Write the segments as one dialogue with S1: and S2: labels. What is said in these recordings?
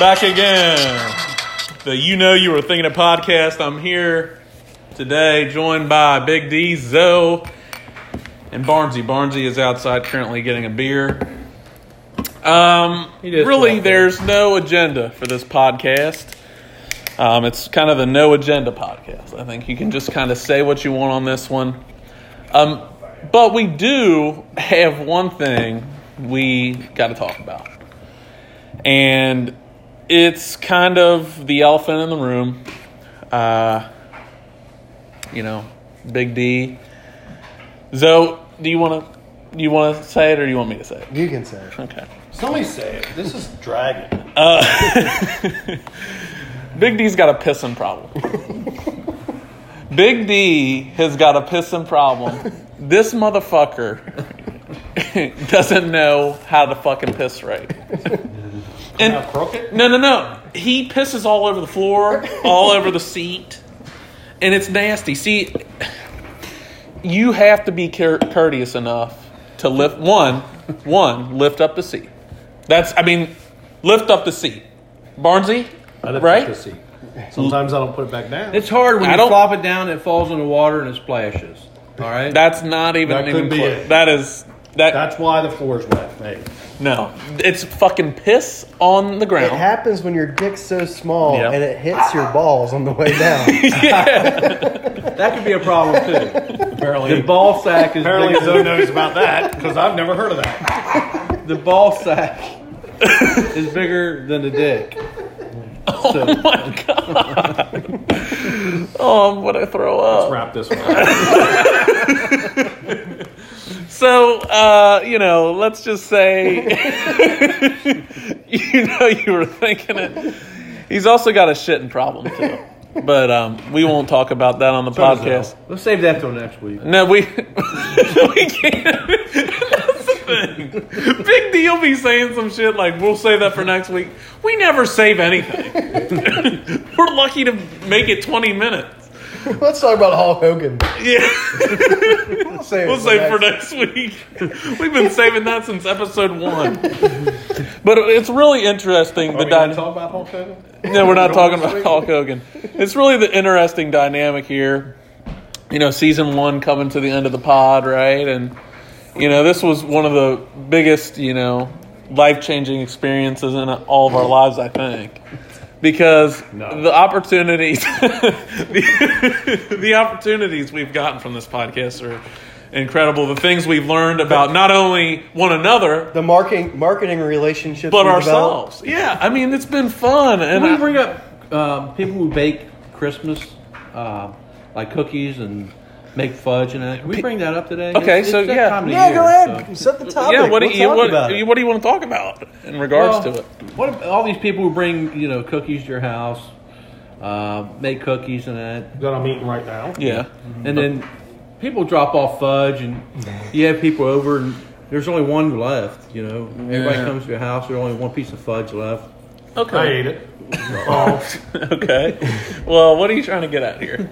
S1: Back again. The You Know You Were Thinking of podcast. I'm here today joined by Big D, Zoe, and Barnsey. Barnsey is outside currently getting a beer. Um,
S2: He just
S1: really,
S2: walked in.
S1: there's no agenda for this podcast. Um, it's kind of the no agenda podcast. I think you can just kind of say what you want on this one. Um, but we do have one thing we got to talk about. And it's kind of the elephant in the room. Uh, you know, Big D. Zoe, do you want to do you want to say it or do you want me to say it?
S3: You can say it.
S1: Okay.
S2: Somebody say it. This is dragon.
S1: Uh, Big D's got a pissing problem. Big D has got a pissing problem. This motherfucker doesn't know how to fucking piss right. And
S2: Now crooked.
S1: no, no, no. He pisses all over the floor, all over the seat, and it's nasty. See, you have to be cour- courteous enough to lift one, one lift up the seat. That's, I mean, lift up the seat, Barnsey,
S2: I lift
S1: right?
S2: up the seat. Sometimes I don't put it back down.
S4: It's hard when
S1: I
S4: you
S1: don't-
S4: flop it down and it falls in the water and it splashes. All right?
S1: That's not even
S2: That could
S1: even
S2: be
S1: close.
S2: it.
S1: That is that.
S2: That's why the floor's wet. Hey,
S1: no, it's fucking piss on the
S3: It
S1: ground.
S3: happens when your dick's so small
S1: Yeah.
S3: and it hits your balls on the way down.
S4: that could be a problem too.
S2: apparently,
S4: The ball sack is
S2: apparently,
S4: bigger
S2: Zoe knows about that because I've never heard of that.
S4: than, the ball sack is bigger than the dick.
S1: oh my god! oh, I'm gonna throw up.
S2: Let's wrap this one. up.
S1: So, uh, you know, let's just say, you know, you were thinking it. He's also got a shitting problem too, but um, we won't talk about that on the
S2: does
S1: podcast.
S4: Let's save that till next week.
S2: Oh,
S1: No, we we can't. That's the thing. Big D will be saying some shit like, "We'll save that for next week." We never save anything. We're lucky to make it twenty minutes.
S3: Let's talk about Hulk Hogan.
S1: Yeah.
S3: We'll save,
S1: We'll save for next week. We've been saving that since episode one. But it's really interesting the
S2: Are Oh, we gonna
S1: dyna-
S2: talk about Hulk Hogan?
S1: No, we're not talking about Hulk Hogan. It's really the interesting dynamic here. You know, season one coming to the end of the pod, right? And you know, this was one of the biggest, you know, life changing experiences in all of our lives, I think. Because
S2: No.
S1: the opportunities the, the opportunities we've gotten from this podcast are incredible. The things we've learned about not only one another,
S3: The marketing marketing relationships,
S1: but
S3: we
S1: ourselves. Yeah. I mean it's been fun and
S4: Can
S1: I-
S4: we bring up um, people who bake Christmas, um, like cookies and make fudge and that? Can we bring that up today?
S1: Okay,
S4: It's-
S1: so,
S4: it's that
S1: yeah.
S4: time
S3: developed.
S4: of the
S3: Yeah,
S4: year,
S3: go
S4: so-
S3: ahead. Set the topic.
S1: Yeah, what do
S3: We'll
S1: you
S3: talk
S1: what,
S3: about it.
S1: what do you want to talk about in regards to
S4: Well,
S1: it?
S4: What ab- all these people who bring you know cookies to your house, uh, make cookies and that?
S2: That I'm eating right now.
S1: Yeah,
S4: And then people drop off fudge, and you have people over, and there's only one left. You know, everybody
S1: Yeah.
S4: comes to your house. There's only one piece of fudge left.
S2: I
S1: okay,
S2: ate it. Oh,
S1: okay. Well, what are you trying to get at here?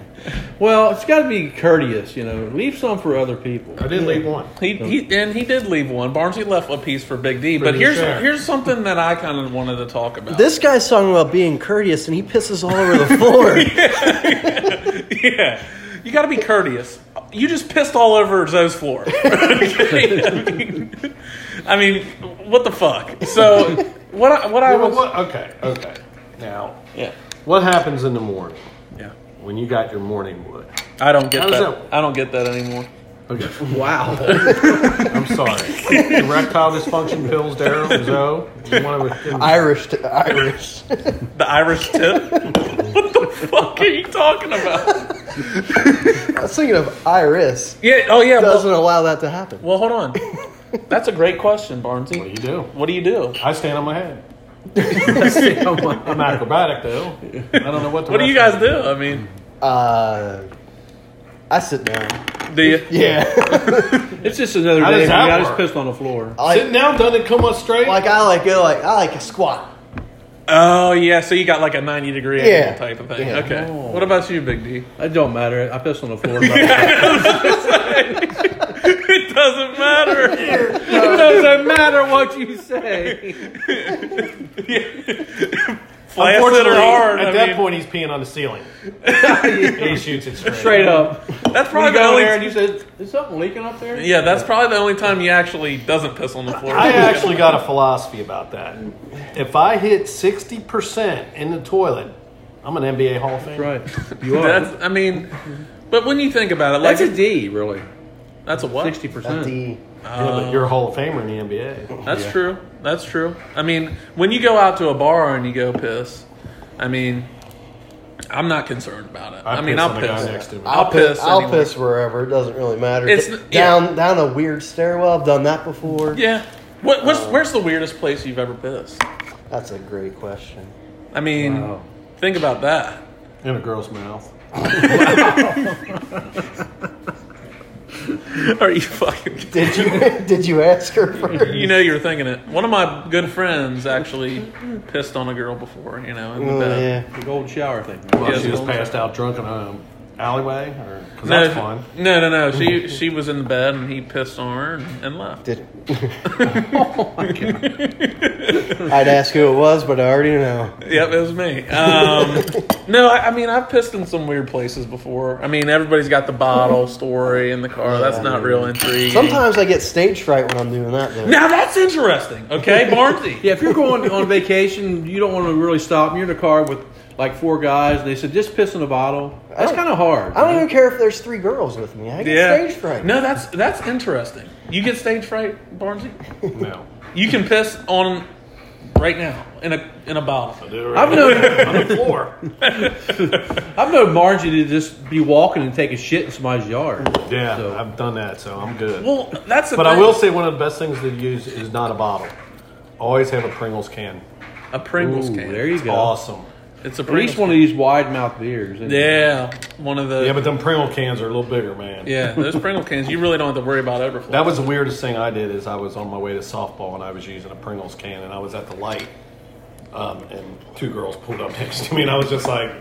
S4: Well, it's got to be courteous. You know, leave some for other people.
S2: I did leave one.
S1: He, he and he did leave one. Barnsley left a piece for Big D, but
S2: the
S1: here's
S2: share.
S1: here's something that I kind of wanted to talk about.
S3: This guy's talking about being courteous and he pisses all over the floor.
S1: yeah, you got to be courteous. You just pissed all over Zoe's floor. I, mean, I mean, what the fuck? So what? I, what I
S2: Well,
S1: was?
S2: what- Okay, okay. Now,
S1: Yeah,
S2: what happens in the morning
S1: yeah.
S2: when you got your morning wood?
S1: I don't get
S2: How does
S1: that. I don't get that anymore.
S2: Okay,
S4: Wow.
S2: I'm sorry. Erectile dysfunction pills, Daryl, Zoe. You want to?
S3: Irish to Irish.
S1: The Irish tip. what the fuck are you talking about?
S3: I was thinking of Iris.
S1: Yeah. Oh, yeah.
S3: Doesn't
S1: Well,
S3: allow that to happen.
S1: well, hold on. That's a great question,
S2: What do
S1: Barnsey.
S2: you do?
S1: What do you do?
S2: I stand on my head. I'm acrobatic though. I don't know what. The
S1: What do you
S2: rest
S1: guys do? I mean,
S3: Uh, I sit down.
S1: do you?
S3: Yeah.
S4: it's just another
S2: How
S4: day.
S2: does
S4: You
S2: that
S4: got
S2: work?
S4: just pissed on the floor.
S2: of- Sitting down doesn't come up straight.
S3: Like I like go like I like a squat.
S1: Oh, yeah. So you got like a ninety degree angle
S3: Yeah.
S1: type of thing.
S3: Yeah.
S1: Okay. What about you, Big D?
S4: It don't matter. I pissed on the floor.
S1: it doesn't matter.
S4: it doesn't matter what you say.
S1: Yeah. flaccid or hard.
S2: at
S1: I
S2: that
S1: mean,
S2: point, he's peeing on the ceiling. he shoots it straight.
S4: Straight up.
S1: that's
S4: You
S1: probably the
S4: go
S1: only.
S4: in there and you said, "Is something leaking up there?"
S1: yeah, that's probably the only time he actually doesn't piss on the floor.
S2: I actually got a philosophy about that. If I hit 60% in the toilet, I'm an NBA Hall of Famer.
S4: That's right. You are. That's,
S1: That's. I mean, but when you think about it, like
S4: a D, really.
S1: that's a what?
S4: Sixty percent.
S2: Yeah, but you're a Hall of Famer in the NBA.
S1: That's true. That's true. I mean, when you go out to a bar and you go piss, I mean, I'm not concerned about it. I,
S2: I
S1: mean,
S2: piss
S1: I'll
S2: on the
S1: piss.
S2: guy next to me.
S1: I'll piss.
S3: I'll
S1: anywhere.
S3: piss wherever. It doesn't really matter.
S1: It's-
S3: D-
S1: yeah.
S3: down down a weird stairwell. I've done that before.
S1: Yeah. What,
S2: Uh,
S1: what's, where's the weirdest place you've ever pissed?
S3: That's a great question.
S1: I mean,
S4: Wow.
S1: think about that.
S2: In a girl's mouth.
S1: Are you fucking?
S3: Did you did you ask her first?
S1: You know you're thinking it. One of my good friends actually pissed on a girl before. You know, in the
S3: Oh,
S1: bed.
S3: yeah.
S4: The gold shower thing.
S2: Well,
S1: Yeah,
S2: she was
S1: it's-
S2: passed out drunk in a alleyway, or because
S1: No,
S2: that's fun.
S1: no, no, no. She she was in the bed and he pissed on her and, and left.
S3: Did I'd ask who it was, but I already know.
S1: Yep, it was me. Um, no, I, I mean I've pissed in some weird places before. I mean everybody's got the bottle story in the car. That's not real intriguing.
S3: Sometimes I get stage fright when I'm doing that. Though.
S1: now that's interesting. Okay, Barnsey.
S4: Yeah, if you're going on vacation, you don't want to really stop. and You're in a car with like four guys, and they said just piss in a bottle. That's
S3: don't-
S4: kind of hard.
S3: I don't even care if there's three girls with me. I get
S1: Yeah.
S3: stage fright.
S1: No, that's that's interesting. You get stage fright, Barnsey.
S2: No.
S1: You can piss on right now in a in a bottle.
S4: I've known
S2: on the floor.
S4: I've known Margie to just be walking and take a shit in somebody's yard.
S2: Yeah,
S4: So-
S2: I've done that, so I'm good.
S1: Well, that's the
S2: but I
S1: thing.
S2: will say one of the best things to use is not a bottle. Always have a Pringles can.
S1: a Pringles
S4: Ooh,
S1: can.
S4: there you go.
S2: Awesome.
S1: It's a
S4: At
S1: Pringles.
S4: least one of these wide mouth beers. isn't it?
S1: yeah, one of the
S2: Yeah, but them Pringle cans are a little bigger, man.
S1: yeah those Pringle cans. You really don't have to worry about overflow.
S2: That was the weirdest thing I did is I was on my way to softball and I was using a Pringles can and I was at the light, um, and two girls pulled up next to me and I was just like,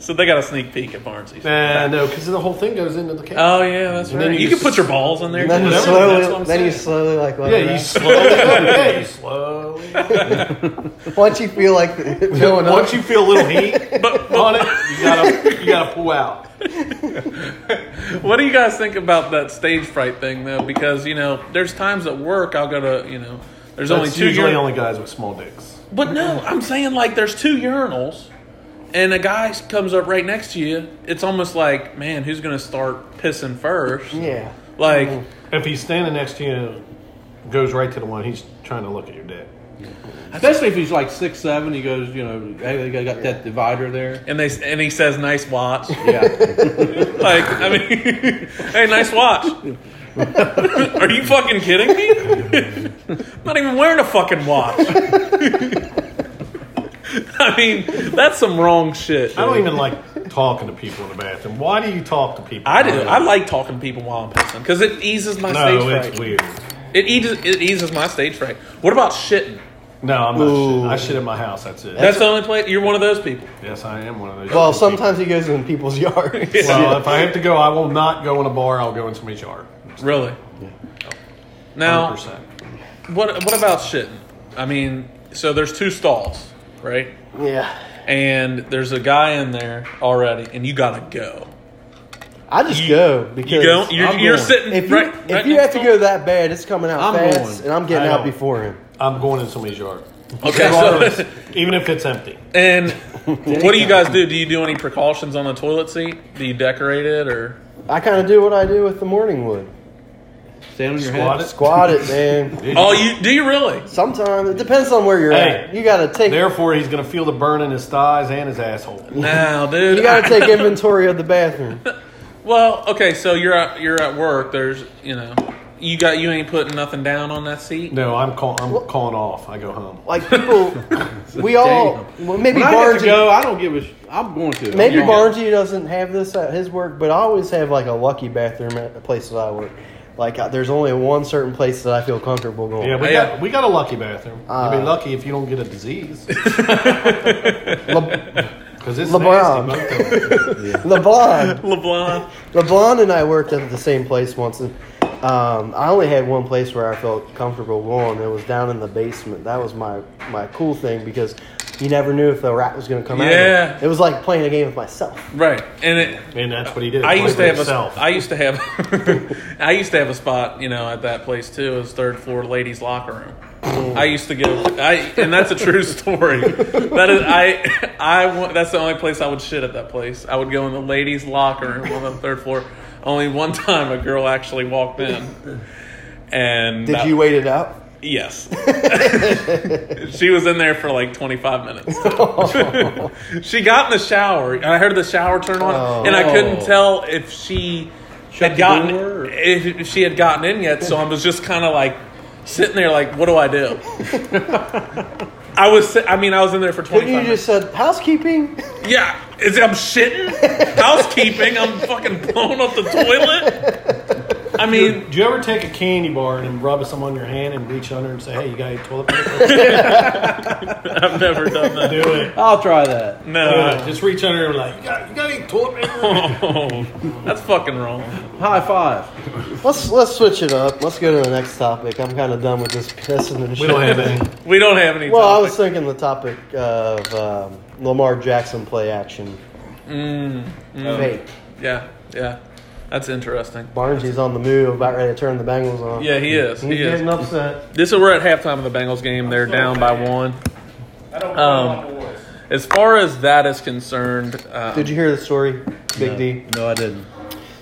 S1: So they got a sneak peek at Barnsley's.
S2: nah, no, because the whole thing goes into the can.
S1: Oh yeah, that's
S2: And
S1: right.
S2: then
S1: You,
S2: you
S1: can
S2: just-
S1: put your balls in there.
S3: And then
S1: too.
S3: you
S2: Whatever, that's what
S3: slowly,
S2: I'm
S3: then you
S2: saying.
S3: slowly like let it
S2: yeah, you
S3: out.
S2: slowly, yeah, you slowly.
S3: once you feel like it going up,
S2: Once you feel a little heat
S1: But-
S2: on it, you gotta you gotta pull out.
S1: What do you guys think about that stage fright thing though? Because you know, there's times at work I'll go to you know, there's only
S2: That's
S1: two
S2: usually
S1: urinals.
S2: only guys with small dicks.
S1: but no, I'm saying like there's two urinals, and a guy comes up right next to you. It's almost like, man, who's gonna start pissing first?
S3: yeah.
S1: Like,
S2: If he's standing next to you, goes right to the one he's trying to look at your dick.
S4: Especially if he's like six seven, he goes, you know, hey, they got that divider there.
S1: and they and he says, "Nice watch."
S4: Yeah,
S1: Like, I mean, hey, nice watch. Are you fucking kidding me? I'm not even wearing a fucking watch. I mean, that's some wrong shit.
S2: I
S1: dude.
S2: don't even like talking to people in the bathroom. Why do you talk to people?
S1: I do. I like talking to people while I'm pissing because it eases my
S2: No,
S1: stage
S2: it's
S1: fright.
S2: weird.
S1: It eases it eases my stage fright. What about shitting?
S2: No, I'm not.
S3: Ooh.
S2: Shit. I shit in my house. That's it.
S1: That's the only place you're one of those people.
S2: yes, I am one of those.
S3: Well,
S2: people.
S3: sometimes he goes in people's yards.
S2: Well, if I have to go, I will not go in a bar. I'll go in somebody's yard.
S1: Really? Now,
S2: 100%.
S1: what what about shitting? I mean, so there's two stalls, right?
S3: yeah,
S1: and there's a guy in there already, and you gotta go.
S3: I just go because
S1: You go. You're,
S4: I'm
S1: you're
S4: going.
S1: sitting
S3: if you
S1: right.
S3: if
S1: right
S3: you
S1: next
S3: have to go that bad, it's coming out
S4: I'm
S3: fast,
S4: going.
S3: and I'm getting
S2: I
S3: out
S2: don't.
S3: before him.
S2: I'm going in somebody's yard.
S1: Okay,
S2: Regardless,
S1: so
S2: even if it's empty.
S1: and what do you guys do? Do you do any precautions on the toilet seat? Do you decorate it or?
S3: I kind of do what I do with the morning wood.
S4: stand on your
S2: Squat
S4: head.
S2: it.
S3: Squat it, man.
S1: Oh, you do you really?
S3: Sometimes it depends on where you're
S2: Hey,
S3: at. You got to take
S2: Therefore, he's going to feel the burn in his thighs and his asshole.
S1: Now, dude.
S3: you got to take inventory of the bathroom.
S1: well, okay. So you're at, you're at work. There's you know you got you ain't putting nothing down on that seat.
S2: No, I'm call, I'm calling off. I go home.
S3: Like people, we all well, maybe
S4: When I have
S3: Barnes
S4: to go, I don't give a. Sh- I'm going to.
S3: Maybe
S4: I'm going.
S3: Barnsey doesn't have this at his work, but I always have like a lucky bathroom at the places I work. Like I, there's only one certain place that I feel comfortable going.
S2: Yeah, we
S1: Yeah.
S2: got we got a lucky bathroom. You'd
S3: Uh,
S2: be lucky if you don't get a disease
S3: Le,
S2: because it's
S3: LeBron.
S2: nasty. both of them.
S3: LeBlanc,
S1: LeBlanc.
S3: LeBlanc and I worked at the same place once, and Um, I only had one place where I felt comfortable going. It was down in the basement. That was my my cool thing because you never knew if the rat was going to come out. of
S1: Yeah.
S3: it. It was like playing a game with myself.
S1: Right, and it.
S2: And that's what he did.
S1: I used to
S2: played
S1: have
S2: himself.
S1: a. I used to have. I used to have a spot, you know, at that place too. It was third floor ladies' locker room. I used to go. I and that's a true story. That is, I, I. wa- That's the only place I would shit at that place. I would go in the ladies' locker room on the third floor. Only one time a girl actually walked in, and
S3: Did
S1: that-
S3: you wait it out?
S1: Yes. she was in there for like 25 minutes. she got in the shower. and I heard the shower turn on,
S3: Oh.
S1: and I couldn't
S4: Oh.
S1: tell if she
S4: Shut
S1: had
S4: the
S1: gotten
S4: door, or-
S1: if, if she had gotten in yet. So I was just kind of like sitting there, like, what do I do? I was. si- I mean, I was in there for 25
S3: Couldn't you
S1: minutes.
S3: just said housekeeping?
S1: Yeah, is I'm shitting, housekeeping. I'm fucking blowing up the toilet. I mean,
S2: Do you ever take a candy bar and then rub some on your hand and reach under and say, "Hey, you got any toilet paper?"
S1: I've never done that.
S2: Do it.
S4: I'll try that.
S1: No.
S2: Uh, just reach under and be like, "You got, you got any toilet paper?"
S1: Oh, that's fucking wrong.
S4: High five.
S3: Let's let's switch it up. Let's go to the next topic. I'm kind of done with this pissing and shit.
S2: We don't have any.
S1: We don't have any.
S3: Well, I
S1: topic.
S3: was thinking the topic of um, Lamar Jackson play action.
S2: Mm,
S3: Fake.
S1: Yeah, yeah, that's interesting.
S3: Barnsley's on the move, about ready to turn the Bengals on.
S1: Yeah, he is.
S3: he's
S1: He
S3: getting
S1: is.
S3: upset.
S1: This is we're at halftime of the Bengals game. They're down by one.
S5: I don't
S1: Um,
S5: know my boys.
S1: As far as that is concerned, um,
S3: Did you hear the story, Big D?
S4: No, I didn't.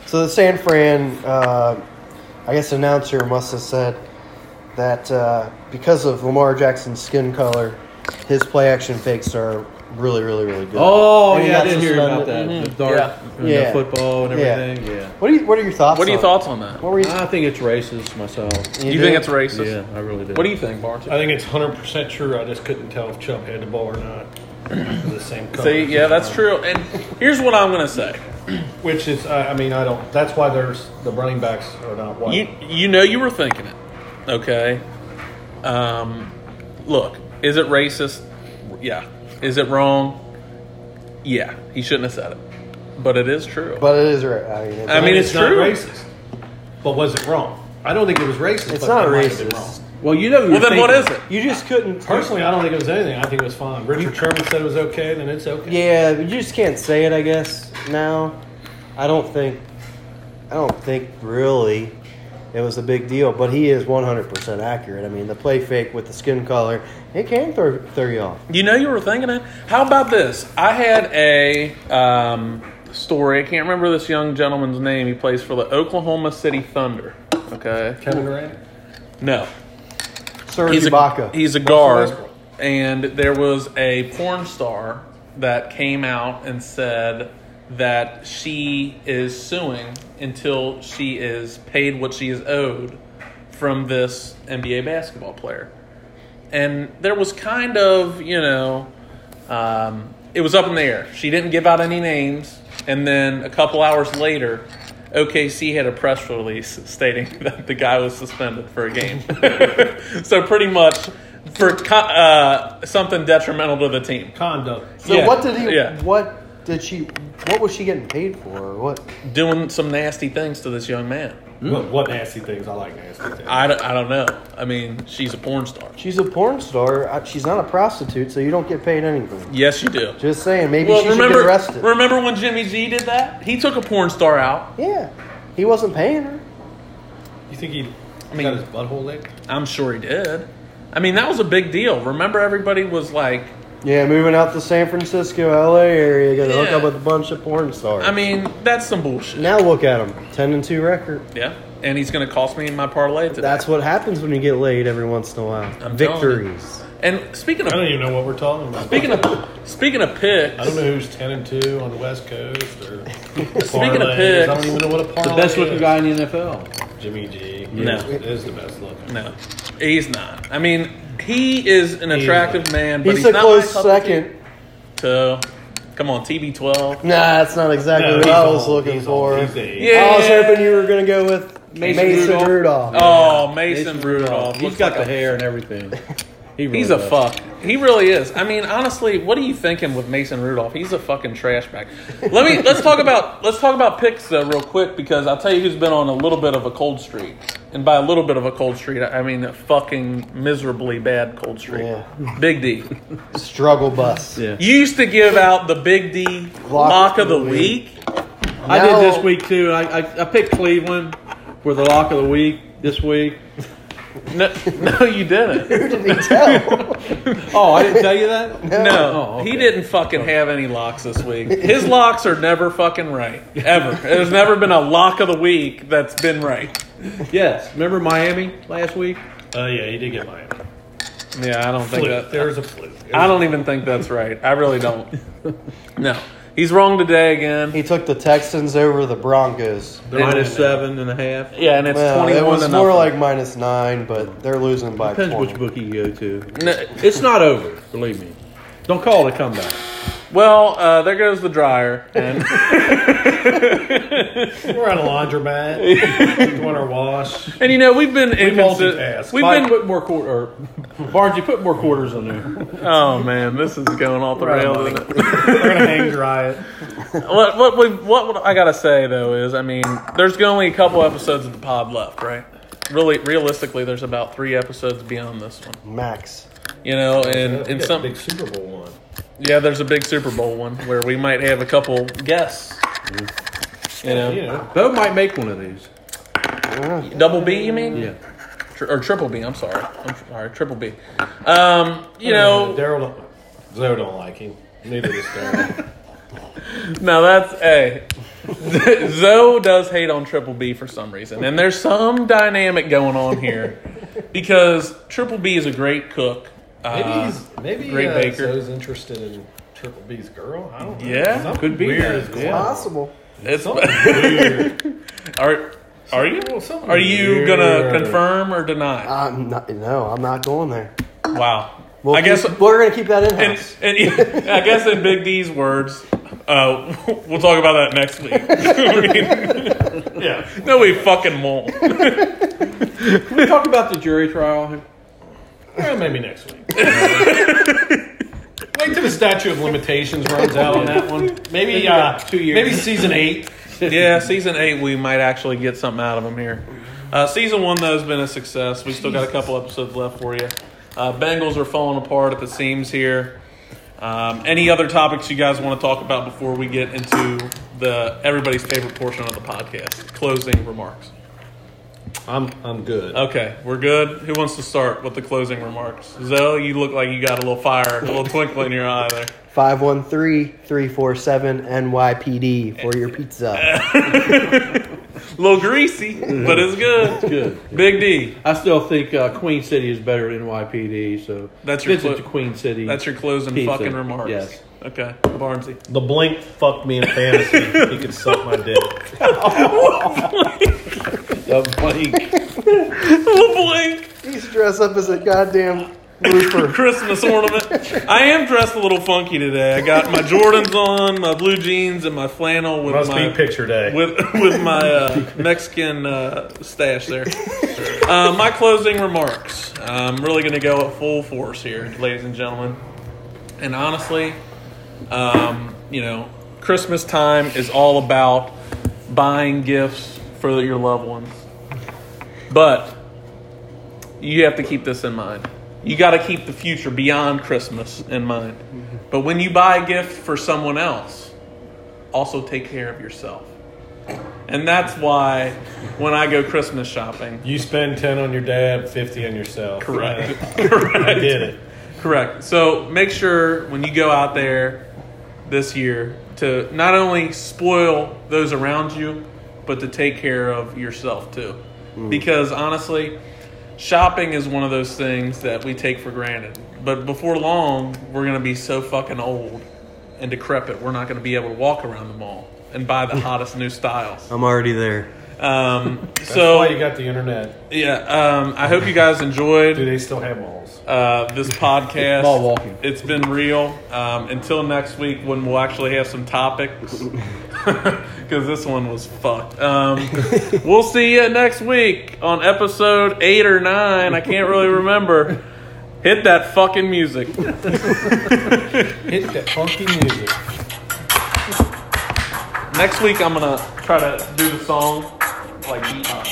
S3: So the San Fran, uh, I guess, announcer must have said that uh, because of Lamar Jackson's skin color, his play action fakes are really, really, really good.
S4: Oh
S3: And he
S4: yeah, I
S3: got
S4: did hear about that.
S3: suspended.
S4: The dark
S1: Yeah.
S4: and
S3: Mm-hmm. Yeah.
S4: the football and
S3: Yeah.
S4: everything. Yeah.
S3: What are you, What are your thoughts?
S1: What are your
S3: on it?
S1: thoughts on that?
S3: What were you?
S4: I think it's racist myself.
S1: You,
S3: do?
S1: think it's racist?
S4: Yeah, I really do.
S1: What do you think, Barnes?
S2: I think it's hundred percent true. I just couldn't tell if Chubb had the ball or not. They're the same color.
S1: See, yeah, that's true. And here's what I'm gonna say.
S2: Which is, I, I mean, I don't. That's why there's the running backs are not white.
S1: You you know you were thinking it, okay? Um, look, is it racist? Yeah. Is it wrong? Yeah. He shouldn't have said it, but it is true.
S3: But it is right. I mean, it's,
S1: I mean, it's
S2: not
S1: true.
S2: racist. But was it wrong? I don't think it was racist.
S3: it's
S2: but
S3: not
S2: it might have been
S3: racist.
S4: Well, you know.
S1: Well, then what is it?
S3: You just couldn't.
S2: Personally, I don't think it was anything. I think it was fine. Richard Sherman said it was okay, then it's okay.
S3: Yeah, you just can't say it. I guess now. I don't think. I don't think really. It was a big deal, but he is 100% accurate. I mean, the play fake with the skin color, it can throw, throw you off.
S1: You know, you were thinking it. How about this? I had a um, story. I can't remember this young gentleman's name. He plays for the Oklahoma City Thunder. Okay.
S2: Kevin Durant.
S1: No.
S3: Serge
S1: He's a,
S3: Ibaka.
S1: he's a guard. And there was a porn star that came out and said that she is suing until she is paid what she is owed from this NBA basketball player. and there was kind of you know um, it was up in the air she didn't give out any names and then a couple hours later okc had a press release stating that the guy was suspended for a game so pretty much for co- uh, something detrimental to the team
S2: Conduct.
S3: so
S1: yeah,
S3: what did he?
S1: yeah.
S3: What did she? What was she getting paid for? Or What?
S1: doing some nasty things to this young man
S2: What, what nasty things? I like nasty things.
S1: Hmm? I don't, I don't know i mean she's a porn star
S3: She's a porn star. I- She's not a prostitute, so you don't get paid anything.
S1: yes you do
S3: Just saying, maybe
S1: well
S3: she
S1: remember
S3: should get arrested.
S1: remember when jimmy g did that he took a porn star out
S3: yeah, he wasn't paying her.
S2: You think he
S1: mean-
S2: got his butthole licked?
S1: I'm sure he did. I mean, that was a big deal. Remember, everybody was like,
S3: Yeah, moving out to San Francisco, LA area, got to hook
S1: Yeah.
S3: up with a bunch of porn stars.
S1: I mean, that's some bullshit.
S3: now look at him, ten and two record.
S1: Yeah. And he's going to cost me my parlay today.
S3: That's what happens when you get laid every once in a while.
S1: I'm telling
S3: Victories.
S1: and speaking
S2: I don't
S1: of
S2: even know what we're talking about.
S1: speaking of speaking of picks,
S2: I don't know who's ten and two on the West Coast or
S1: Speaking of
S2: parlays. I
S1: picks,
S2: don't even know what a parlay
S4: The best looking
S2: is.
S4: guy in the NFL.
S2: Jimmy G.
S1: No.
S2: is the best looking.
S1: no, he's not. I mean, he is an attractive man, but
S3: He's,
S1: he's,
S3: a
S1: not
S3: close
S1: my cup of tea.
S3: second.
S1: So, come on, TB12.
S3: Nah, that's not exactly
S2: No,
S3: what
S2: he's
S3: I was
S2: old.
S3: looking
S2: He's old.
S3: for.
S2: He's eight.
S1: Yeah.
S3: I was hoping you were gonna go with Mason,
S4: Mason Rudolph.
S3: Rudolph.
S1: Oh, Mason, Rudolph.
S4: He's
S1: looks
S4: got
S1: like
S4: the hair and everything. He really
S1: He's a
S4: does.
S1: fuck. He really is. I mean, honestly, what are you thinking with Mason Rudolph? He's a fucking trash bag. Let me let's talk about let's talk about picks though real quick because I'll tell you who's been on a little bit of a cold streak, and by a little bit of a cold streak, I mean a fucking miserably bad cold streak.
S3: Yeah.
S1: Big D. Oh.
S3: Struggle bus.
S4: Yeah.
S1: You used to give out the Big D
S3: Lock
S1: lock of the week.
S4: I did
S3: Now-
S4: this week too. I, I, I picked Cleveland for the lock of the week this week.
S1: No, no, you didn't.
S4: Oh, I didn't tell you that?
S1: No,
S4: Oh, okay.
S1: he didn't fucking have any locks this week. His locks are never fucking right, ever. There's never been a lock of the week that's been right.
S4: Yes. Remember Miami last week?
S2: Uh, yeah, he did get Miami.
S1: Yeah, I don't think
S2: Fluke.
S1: that.
S2: There's a fluke.
S1: I don't even think that's right. I really don't. No, he's wrong today again.
S3: He took the Texans over the Broncos.
S2: They're not
S4: Minus
S2: in there.
S4: seven and a half.
S1: Yeah, and it's
S3: Well, it
S1: twenty-one
S3: was
S1: to
S3: more
S1: nothing.
S3: like minus nine, but they're losing by
S4: Depends
S3: 20.
S4: which bookie you go to.
S1: No,
S4: It's not over, believe me. Don't call it a comeback.
S1: well, uh, there goes the dryer, and
S2: We're at a laundromat doing our wash.
S1: and you know we've been
S2: multitask.
S1: inconsistent. We've
S4: Mike,
S1: been.
S4: put more quarter. Or Barnes, you put more quarters in there.
S1: Oh man, this is going off the
S2: Right,
S1: rails.
S2: buddy.
S1: isn't it?
S2: We're gonna hang dry it.
S1: what what we what would I gotta say though is I mean there's only a couple episodes of the pod left, right? Really, realistically, there's about three episodes beyond this one,
S3: Max.
S1: you know, and
S2: Let's
S1: and
S2: get
S1: some
S2: big Super Bowl one.
S1: yeah, there's a big Super Bowl one where we might have a couple guests, you
S2: You
S1: know,
S2: know,
S4: Bo might make one of these.
S1: double B, you mean,
S4: Yeah.
S1: Tri- or triple B? I'm sorry, I'm sorry, triple B. Um, you know,
S2: Uh, Daryl don't, Zoe don't like him. Neither does Daryl.
S1: now that's a. Zoe does hate on Triple B for some reason, and there's some dynamic going on here because Triple B is a great cook.
S2: Maybe
S1: Uh,
S2: he's maybe
S1: Great
S2: uh,
S1: Baker.
S2: Zoe's interested in Triple B's girl. I don't know.
S1: Yeah,
S2: Something
S4: could be
S2: weird
S4: that.
S2: is going
S4: Yeah.
S2: on.
S3: Possible.
S1: it's
S2: Something weird.
S1: are are you
S2: Well, something
S1: are you
S2: weird.
S1: gonna confirm or deny?
S3: I'm not, no, I'm not going there.
S1: Wow,
S3: We'll
S1: I guess
S3: keep- we're going to keep that in
S1: in,
S3: house.
S1: in- I guess in Big D's words, uh, we'll talk about that next week. I
S2: Yeah.
S1: mean, no, we fucking won't.
S4: Can we talk about the jury trial?
S2: Well, maybe next week. Wait till the statute of limitations runs out on that one. Maybe uh,
S4: Two years.
S2: Maybe season eight.
S1: Yeah, season eight, we might actually get something out of them here. Uh, season one, though, has been a success. We still got a couple episodes left for you. Uh, Bengals are falling apart at the seams here. Um, any other topics you guys want to talk about before we get into the everybody's favorite portion of the podcast, closing remarks?
S2: I'm I'm good.
S1: Okay, we're good. Who wants to start with the closing remarks? Zoe, you look like you got a little fire, a little twinkle in your eye there.
S3: 513-347-NYPD for your pizza.
S1: A little greasy, but it's good.
S4: Good.
S1: Big D,
S4: I still think uh, Queen City is better than NYPD, so
S1: That's your
S4: visit
S1: clo-
S4: to Queen City.
S1: that's your closing
S4: Pizza.
S1: fucking remarks.
S4: Yes.
S1: Okay, Barnsey.
S2: The blink fucked me in fantasy. he could suck my dick.
S4: The blank.
S1: blink
S3: He's dressed up as a goddamn roofer.
S1: Christmas ornament. I am dressed a little funky today. I got my Jordans on, my blue jeans, and my flannel with
S2: Must
S1: my
S2: be picture day.
S1: with with my uh, Mexican uh, stash there. Uh, my closing remarks. I'm really going to go at full force here, ladies and gentlemen. And honestly, um, you know, Christmas time is all about buying gifts for your loved ones. But you have to keep this in mind. You got to keep the future beyond Christmas in mind. But when you buy a gift for someone else, also take care of yourself. And that's why when I go Christmas shopping,
S2: you spend ten on your dad, fifty on yourself.
S1: correct.
S2: Yeah. I
S1: correct.
S2: did it.
S1: Correct. So make sure when you go out there this year to not only spoil those around you, but to take care of yourself too. Because honestly, shopping is one of those things that we take for granted. But before long, we're going to be so fucking old and decrepit, we're not going to be able to walk around the mall and buy the hottest new styles.
S3: I'm already there.
S1: Um,
S2: That's
S1: so
S2: why you got the internet.
S1: yeah, um, I hope you guys
S2: Do
S1: enjoyed
S2: they still have malls?
S1: uh, this podcast.
S4: Ball walking.
S1: It's been real. Um, until next week, when we'll actually have some topics, because this one was fucked. Um, we'll see you next week on episode eight or nine. I can't really remember. Hit that fucking music.
S2: Hit that funky music.
S1: Next week I'm gonna try to do the song like beat on.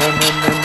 S2: Yes.